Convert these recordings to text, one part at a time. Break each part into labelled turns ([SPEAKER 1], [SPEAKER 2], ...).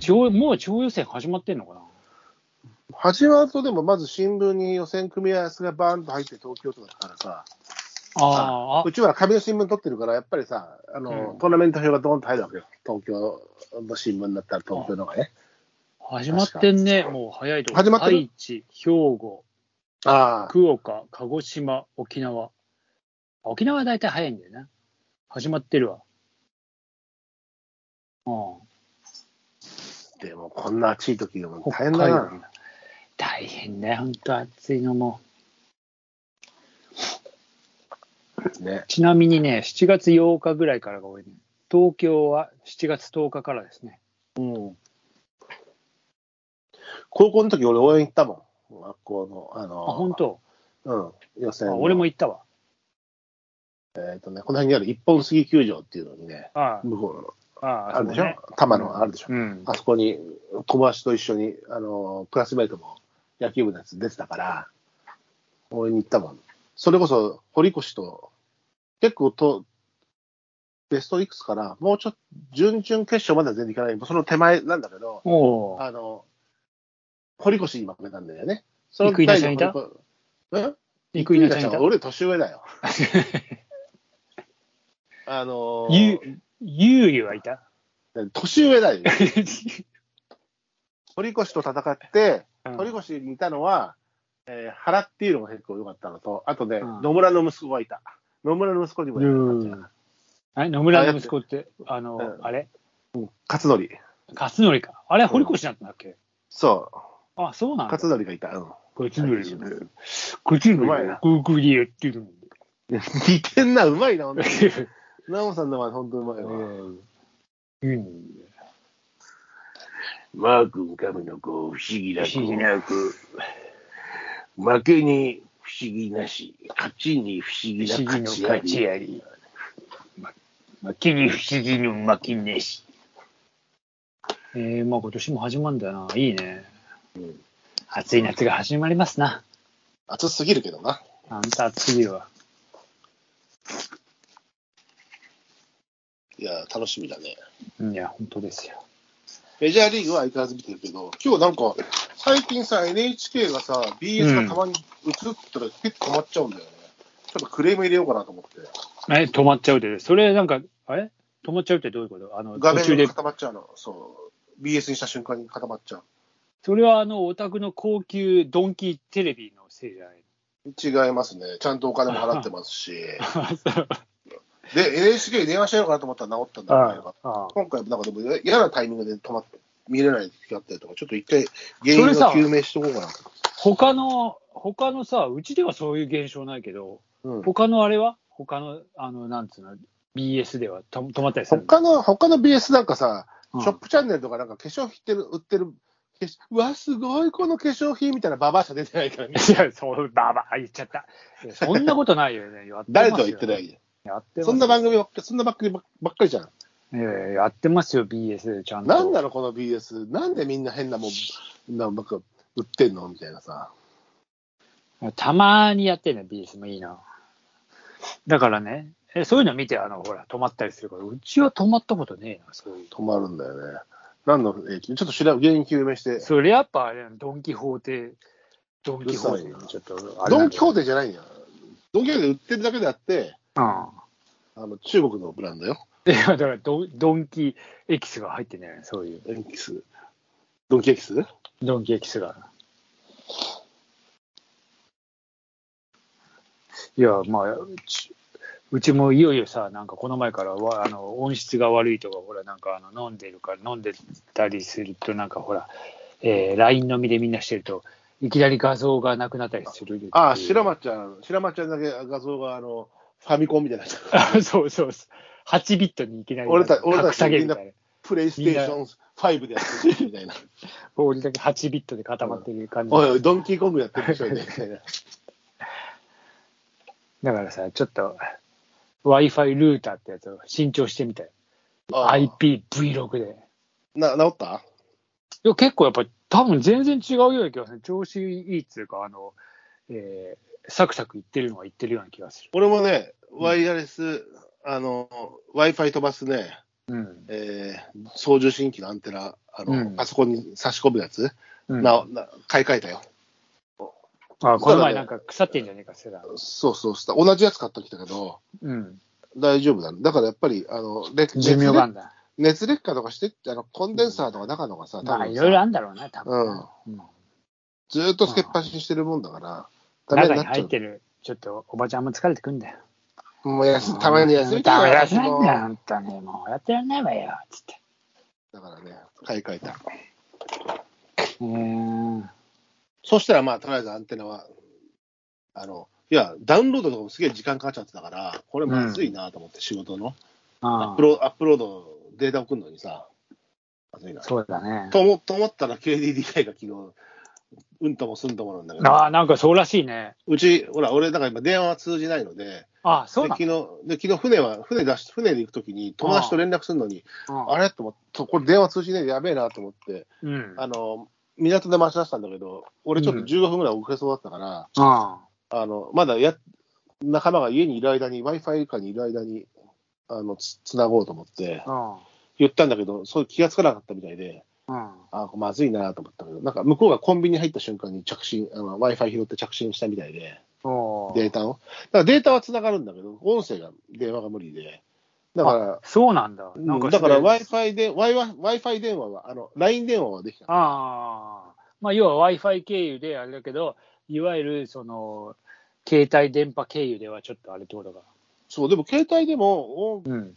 [SPEAKER 1] 地方、もう地方予選始まってんのかな
[SPEAKER 2] 始まるとでも、まず新聞に予選組み合わせがバーンと入って東京とかだからさ、
[SPEAKER 1] あー
[SPEAKER 2] うちは紙の新聞取ってるから、やっぱりさ、あの、
[SPEAKER 1] うん
[SPEAKER 2] トーナメント表がドーンと入るわけよ。東京の新聞だったら東京のがね。
[SPEAKER 1] あ、始まってんね。もう早いとこ
[SPEAKER 2] 始まってる
[SPEAKER 1] 愛知、兵庫、
[SPEAKER 2] ああ、
[SPEAKER 1] 福岡、鹿児島、沖縄。あ沖縄は大体早いんだよな。始まってるわ。うん。
[SPEAKER 2] でもこんな暑い時でも
[SPEAKER 1] 北
[SPEAKER 2] 大変
[SPEAKER 1] 海道
[SPEAKER 2] だな。
[SPEAKER 1] 大変だよ、本当暑いのも。
[SPEAKER 2] ね。
[SPEAKER 1] ちなみにね、7月8日ぐらいからが多いね。東京は7月10日からですね。
[SPEAKER 2] うん。高校の時俺応援行ったもん。学校の、あ
[SPEAKER 1] あ、
[SPEAKER 2] の、
[SPEAKER 1] 本当。
[SPEAKER 2] うん、予
[SPEAKER 1] あ
[SPEAKER 2] 選の。
[SPEAKER 1] 俺も行ったわ。
[SPEAKER 2] えっ、とね、この辺にある一本杉球場っていうのにね、
[SPEAKER 1] あ
[SPEAKER 2] 向こ
[SPEAKER 1] あ、
[SPEAKER 2] う
[SPEAKER 1] あ
[SPEAKER 2] の、
[SPEAKER 1] あ、
[SPEAKER 2] あるでしょ、
[SPEAKER 1] そうね
[SPEAKER 2] 多摩のあるでしょ、
[SPEAKER 1] うん。
[SPEAKER 2] あそこに小林と一緒に、あのクラスメートも野球部のやつ出てたから、応援に行ったもん。それこそ、堀越と、結構と、ベストいくつから、もうちょっと、準々決勝までは全然いかない、その手前なんだけど、
[SPEAKER 1] おお。
[SPEAKER 2] あの、堀越に負けたんだよね。そ
[SPEAKER 1] 生稲ちゃんいた
[SPEAKER 2] 堀越ん
[SPEAKER 1] 生稲ちゃんい
[SPEAKER 2] 生
[SPEAKER 1] た
[SPEAKER 2] は俺年上だ よ。あのー
[SPEAKER 1] ゆう、ゆうゆはいた
[SPEAKER 2] 年上だよ。堀越と戦って、
[SPEAKER 1] うん
[SPEAKER 2] 堀越にいたのは、えー原っていうのが結構良かったのと、あとね、
[SPEAKER 1] うん
[SPEAKER 2] 野村の息子がいた。野村の息子にもいた感じ
[SPEAKER 1] うんあれ野村の息子って、あの、
[SPEAKER 2] うん
[SPEAKER 1] あれ
[SPEAKER 2] 勝則。
[SPEAKER 1] 勝則か。あれ、堀越だったんだっけ、
[SPEAKER 2] そ
[SPEAKER 1] あ、そう
[SPEAKER 2] う、
[SPEAKER 1] なんだ。
[SPEAKER 2] 勝則がいた。うん、
[SPEAKER 1] 勝則。勝則。
[SPEAKER 2] うまいな
[SPEAKER 1] グーグーでやって るんだ。
[SPEAKER 2] 似てんな、う まいな、ほんとに。ナオさんのは本当にうまいわ。
[SPEAKER 1] うん。
[SPEAKER 2] マー君神の子、不思議な
[SPEAKER 1] 子不思議な
[SPEAKER 2] 子。負けに不思議なし、勝ちに不思議
[SPEAKER 1] 不思議の勝ちやり。負けに不思議の負けなし。えー、まあ今年も始まるんだな。いいね。
[SPEAKER 2] うん
[SPEAKER 1] 暑い夏が始まりますな。
[SPEAKER 2] 暑すぎるけどな。
[SPEAKER 1] あんた暑すぎるわ。
[SPEAKER 2] いや、楽しみだね。
[SPEAKER 1] いや、本当ですよ。
[SPEAKER 2] メジャーリーグは相変わらず見てるけど、今日なんか、最近さ、NHK がさ、BS がたまに映ったら結構止まっちゃうんだよね。ちょっとクレーム入れようかなと思って。
[SPEAKER 1] え、止まっちゃうって、それなんか、あれ止まっちゃうってどういうことあの、
[SPEAKER 2] 画
[SPEAKER 1] 途中
[SPEAKER 2] 面
[SPEAKER 1] で
[SPEAKER 2] が。固まっちゃうの。そう。BS にした瞬間に固まっちゃう。
[SPEAKER 1] それはあの、お宅の高級ドンキーテレビのせいじゃない
[SPEAKER 2] 違いますね。ちゃんとお金も払ってま すし。
[SPEAKER 1] あ そう
[SPEAKER 2] で、NHK に電話しようかなと思ったら治ったんだからよかった、
[SPEAKER 1] あ
[SPEAKER 2] 今回、なんかでもや嫌なタイミングで止まって、見れない時があったりとか、ちょっと一回原因
[SPEAKER 1] それさ
[SPEAKER 2] を究明しとこうかな。
[SPEAKER 1] 他の、他のさ、うちではそういう現象ないけど、
[SPEAKER 2] うん、
[SPEAKER 1] 他のあれは他の、あの、なんつうの、BS ではと止まったりするの
[SPEAKER 2] 他の、他の BS なんかさ、
[SPEAKER 1] うん
[SPEAKER 2] ショップチャンネルとかなんか化粧品売ってる、売ってる、化粧うわ、すごい、この化粧品みたいなババアしか出てないから、ね、
[SPEAKER 1] いや、そう、ばば、言っちゃった。いやそんなことないよね。やってます
[SPEAKER 2] 誰
[SPEAKER 1] よ
[SPEAKER 2] とは言ってないよ。
[SPEAKER 1] やってますよ
[SPEAKER 2] そんな番組ばっか、そんな番組ばっかりじゃん。
[SPEAKER 1] いやいややってますよ、BS でちゃんと。
[SPEAKER 2] なんなの、この BS。なんでみんな変なもん、なんか売ってんのみたいなさ。
[SPEAKER 1] たまにやってるの、BS もいいな。だからね、えそういうの見て、あの、ほら、止まったりするから、うちは止まったことねえな、そういう
[SPEAKER 2] 止まるんだよね。なんの影響ちょっと調べ、原因究明して
[SPEAKER 1] の。。それやっぱあれなのドン・キホーテ、ドン・キホーテ
[SPEAKER 2] うるさいな
[SPEAKER 1] の、ちょっとあれ
[SPEAKER 2] ドン・キホー
[SPEAKER 1] テ
[SPEAKER 2] テじゃないんだよ。ドン・キホーテ売ってるだけであって、
[SPEAKER 1] うん。
[SPEAKER 2] あの中国のブランドよ。
[SPEAKER 1] で、だからドン、ドンキエキスが入ってんじゃないそういう。
[SPEAKER 2] エキス。ドン・キエキス
[SPEAKER 1] ドンキエキスが。いや、まあ、うちうちもいよいよさ、なんかこの前からわあの音質が悪いとか、ほら、なんかあの飲んでるから、飲んでたりすると、なんかほら、えー、LINE 飲みでみんなしてると、いきなり画像がなくなったりするっていう。
[SPEAKER 2] ああ、白松ちゃん、白松ちゃんだけ画像があのファミコンみたいになっちゃった。
[SPEAKER 1] あ そうそうそう。8ビットにいきなり
[SPEAKER 2] 俺た俺たち
[SPEAKER 1] 格下げみたいな。
[SPEAKER 2] プレイステーション5でやってるみたいな。
[SPEAKER 1] 俺だけ8ビットで固まってる感じ。
[SPEAKER 2] おいおい、ドンキーコングやってるでしょ、み たいな。
[SPEAKER 1] だからさ、ちょっと Wi-Fi ルーターってやつを新調してみたよ。
[SPEAKER 2] ああ
[SPEAKER 1] IPv6 で。
[SPEAKER 2] な治った
[SPEAKER 1] いや結構やっぱ多分全然違うような気がする。調子いいっつうか、あの、えーサクサクいってるのはいってるような気がする。
[SPEAKER 2] 俺もね、ワイヤレス、あの、Wi-Fi 飛ばすね、
[SPEAKER 1] うん。
[SPEAKER 2] えー送受信機のアンテナ、あの、
[SPEAKER 1] うん
[SPEAKER 2] パソコンに差し込むやつ、
[SPEAKER 1] うん、
[SPEAKER 2] なな買い替えたよ。
[SPEAKER 1] あこの前なんか腐ってんじゃねえか、セダン。
[SPEAKER 2] そうそうそう。同じやつ買ってきたけど、
[SPEAKER 1] うん。
[SPEAKER 2] 大丈夫だ。だからやっぱり、あの、れ
[SPEAKER 1] 寿命があんだ。
[SPEAKER 2] 熱劣化とかしてって、あの、コンデンサーとか中のがさ、
[SPEAKER 1] まあ、
[SPEAKER 2] さ
[SPEAKER 1] いろいろあんだろうな、多分。うん
[SPEAKER 2] ずーっとつけっぱしにしてるもんだから、ダメ
[SPEAKER 1] 中
[SPEAKER 2] に
[SPEAKER 1] に
[SPEAKER 2] なっち
[SPEAKER 1] 入
[SPEAKER 2] ゃ
[SPEAKER 1] ってる、ちょっとおばちゃんも疲れてくんだよ。
[SPEAKER 2] う。もうや すたまに休み
[SPEAKER 1] た
[SPEAKER 2] た
[SPEAKER 1] ま
[SPEAKER 2] い
[SPEAKER 1] に
[SPEAKER 2] な
[SPEAKER 1] 休み
[SPEAKER 2] も
[SPEAKER 1] た
[SPEAKER 2] う
[SPEAKER 1] いな、ほんとに。もうやってらんないわよ、つって。
[SPEAKER 2] だからね、買い替えた。
[SPEAKER 1] うーん。
[SPEAKER 2] そしたらまあ、とりあえずアンテナは、あの、いや、ダウンロードとかもすげえ時間かかっちゃってたから、これまずいなと思って、仕事の。ア
[SPEAKER 1] あ
[SPEAKER 2] ップロアップロード、データ送るのにさ、まずいな。
[SPEAKER 1] そうだね。
[SPEAKER 2] と思と思ったら KDDI が昨日、うんともすんともなんだけど、
[SPEAKER 1] ああ、なんかそうらしいね。
[SPEAKER 2] うち、ほら、俺、だから今電話は通じないので、
[SPEAKER 1] ああ、そう
[SPEAKER 2] で
[SPEAKER 1] な
[SPEAKER 2] 昨日で昨日船は船出し、船で行くときに、友達と連絡するのに、
[SPEAKER 1] の
[SPEAKER 2] あれと思って、これ電話通じねえでやべえなと思って、
[SPEAKER 1] うん。うん
[SPEAKER 2] あの、港で待ち出したんだけど、俺ちょっと15分ぐらい遅れそうだったから、
[SPEAKER 1] あ
[SPEAKER 2] あの、まだや、仲間が家にいる間に、Wi-Fi かにいる間に、あの、つ、つなごうと思って、
[SPEAKER 1] あ。
[SPEAKER 2] 言ったんだけど、そう気がつかなかったみたいで、
[SPEAKER 1] うん。
[SPEAKER 2] あ、まずいなと思ったけど、なんか向こうがコンビニ入った瞬間に着信、あの、Wi-Fi 拾って着信したみたいで、
[SPEAKER 1] お
[SPEAKER 2] デー
[SPEAKER 1] ー
[SPEAKER 2] タを。だからデータは繋がるんだけど、音声が、電話が無理で。だから、
[SPEAKER 1] そうなんだ。
[SPEAKER 2] な
[SPEAKER 1] なん
[SPEAKER 2] ん
[SPEAKER 1] か
[SPEAKER 2] か
[SPEAKER 1] それ
[SPEAKER 2] だから Wi-Fi で、Wi-Fi 電話は、あの、LINE 電話はできた。
[SPEAKER 1] ああ、まあ、要は Wi-Fi 経由であれだけど、いわゆるその携帯電波経由ではちょっとあれってことが。
[SPEAKER 2] そう、でも携帯でも、お
[SPEAKER 1] うん、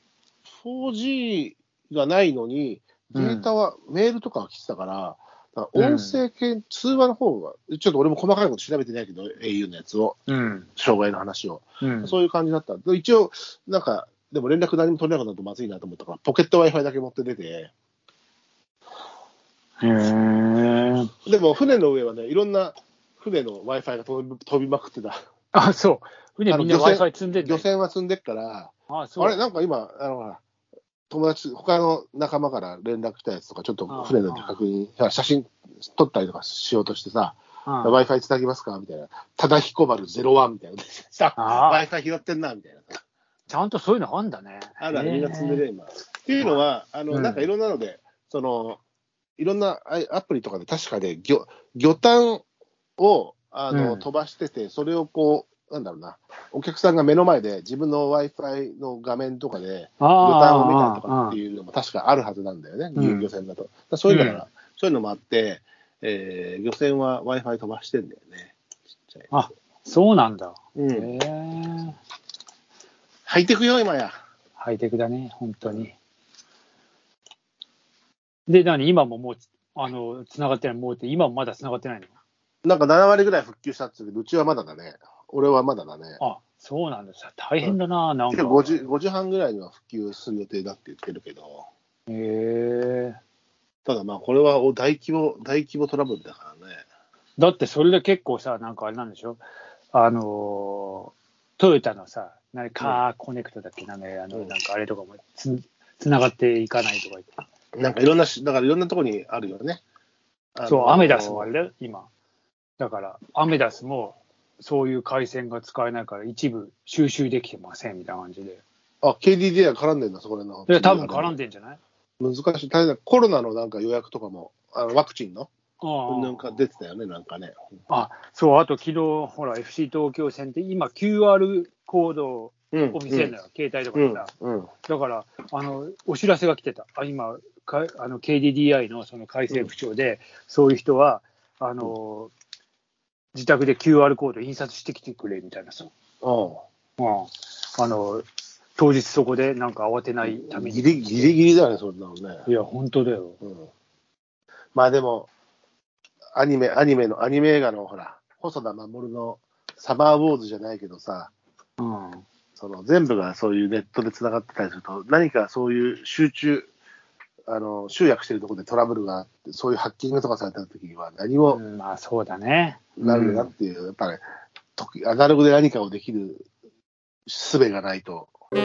[SPEAKER 2] 4G がないのに、データは、メールとかは来てたから、だから音声系、通話の方が、ちょっと俺も細かいこと調べてないけど、au のやつを、
[SPEAKER 1] うん、
[SPEAKER 2] 障害の話を。
[SPEAKER 1] うん。
[SPEAKER 2] そういう感じだった。で一応、なんか、でも連絡何も取れなくなるとまずいなと思ったから、ポケット Wi-Fi だけ持って出て、
[SPEAKER 1] へえ。
[SPEAKER 2] でも船の上はね、いろんな船の Wi-Fi が飛び飛びまくってた。
[SPEAKER 1] あ、そう。船みんな
[SPEAKER 2] あの漁船
[SPEAKER 1] Wi-Fi 積んでんだ
[SPEAKER 2] 漁
[SPEAKER 1] よ。
[SPEAKER 2] 船は積んでっから、
[SPEAKER 1] あ、そう。
[SPEAKER 2] あれ、なんか今、あのほら友達、他の仲間から連絡来たやつとか、ちょっと船の確認、ほら写真撮ったりとかしようとしてさ、
[SPEAKER 1] うん、
[SPEAKER 2] Wi-Fi つなぎますかみたいな、ただひこばる01みた いな、さ
[SPEAKER 1] あー
[SPEAKER 2] Wi-Fi 拾ってんなみたいな、
[SPEAKER 1] ちゃんとそういうのあんだね。
[SPEAKER 2] あるあ
[SPEAKER 1] へ
[SPEAKER 2] る、
[SPEAKER 1] え
[SPEAKER 2] みんな積んでるよ、今。っていうのは、あの
[SPEAKER 1] うん
[SPEAKER 2] なんかいろんなので、そのいろんなあアプリとかで、確かで、魚魚探をあ
[SPEAKER 1] う
[SPEAKER 2] の、
[SPEAKER 1] ん
[SPEAKER 2] 飛ばしてて、それをこう、なんだろうな、お客さんが目の前で、自分の Wi-Fi の画面とかで、
[SPEAKER 1] あ
[SPEAKER 2] ボタンを見た
[SPEAKER 1] あ、
[SPEAKER 2] りとかって
[SPEAKER 1] う。
[SPEAKER 2] いうのも確かあるはずなんだよね、
[SPEAKER 1] うん
[SPEAKER 2] 漁船だと。だからそういうのか
[SPEAKER 1] うん
[SPEAKER 2] ら、そういうのもあって、えー漁船は Wi-Fi 飛ばしてんだよね。ちっちゃい。
[SPEAKER 1] あ、そうなんだ。
[SPEAKER 2] う
[SPEAKER 1] へ
[SPEAKER 2] ん。
[SPEAKER 1] え。
[SPEAKER 2] ハイテクよ、今や。
[SPEAKER 1] ハイテクだね、本当に。で、何今ももう、あの、繋がってない、もうって、今もまだ繋がってないの
[SPEAKER 2] なんか7割ぐらい復旧したっつうけど、うちはまだだね。俺はまだだね。
[SPEAKER 1] あ、そうなんだ。さ大変だな、なんか。
[SPEAKER 2] 5時 ,5 時半ぐらいには復旧する予定だって言ってるけど、
[SPEAKER 1] へえ。
[SPEAKER 2] ただまあ、これはお大規模、大規模トラブルだからね。
[SPEAKER 1] だってそれで結構さ、なんかあれなんでしょあのートヨタのさ、何カーコネクトだっけなね、あの、
[SPEAKER 2] うん
[SPEAKER 1] なんかあれとかもつ、つながっていかないとか言って。
[SPEAKER 2] なんかいろんなし、だからいろんなとこにあるよね。あの
[SPEAKER 1] そう、アメダスもあれだよ、今。だから、アメダスも、そういう回線が使えないから、一部収集できてませんみたいな感じで。
[SPEAKER 2] あ、KDDI が絡んでんだ、そこらの。
[SPEAKER 1] で、多分絡んでんじゃない
[SPEAKER 2] 難しい、大変だコロナのなんか予約とかも、あのワクチンの、
[SPEAKER 1] あ
[SPEAKER 2] なんか出てたよね、なんかね。
[SPEAKER 1] あ、そう、あと昨日、ほら、FC 東京戦って、今、QR コードを
[SPEAKER 2] うん
[SPEAKER 1] お店のよ、携帯とか
[SPEAKER 2] う
[SPEAKER 1] で
[SPEAKER 2] ん
[SPEAKER 1] さ、
[SPEAKER 2] うん。
[SPEAKER 1] だからあのお知らせが来てた、あ今、かあの KDDI のその改正部長で、そういう人はあの、自宅で QR コード印刷してきてくれみたいなさ、
[SPEAKER 2] あ
[SPEAKER 1] うんあの当日そこでなんか慌てないため
[SPEAKER 2] ギ
[SPEAKER 1] に、
[SPEAKER 2] リギリギリだね、そんなのね。
[SPEAKER 1] いや、本当だよ、
[SPEAKER 2] うん。まあでも、アニメ、アニメの、アニメ映画のほら、細田守のサマーウォーズじゃないけどさ、
[SPEAKER 1] うん、
[SPEAKER 2] その全部がそういうネットでつながってたりすると、何かそういう集中、あの集約してるところでトラブルがあって、そういうハッキングとかされた時には、何も
[SPEAKER 1] うんまあそうだね。
[SPEAKER 2] なるなっていう、やっぱり、とアナログで何かをできる術がないと。
[SPEAKER 1] う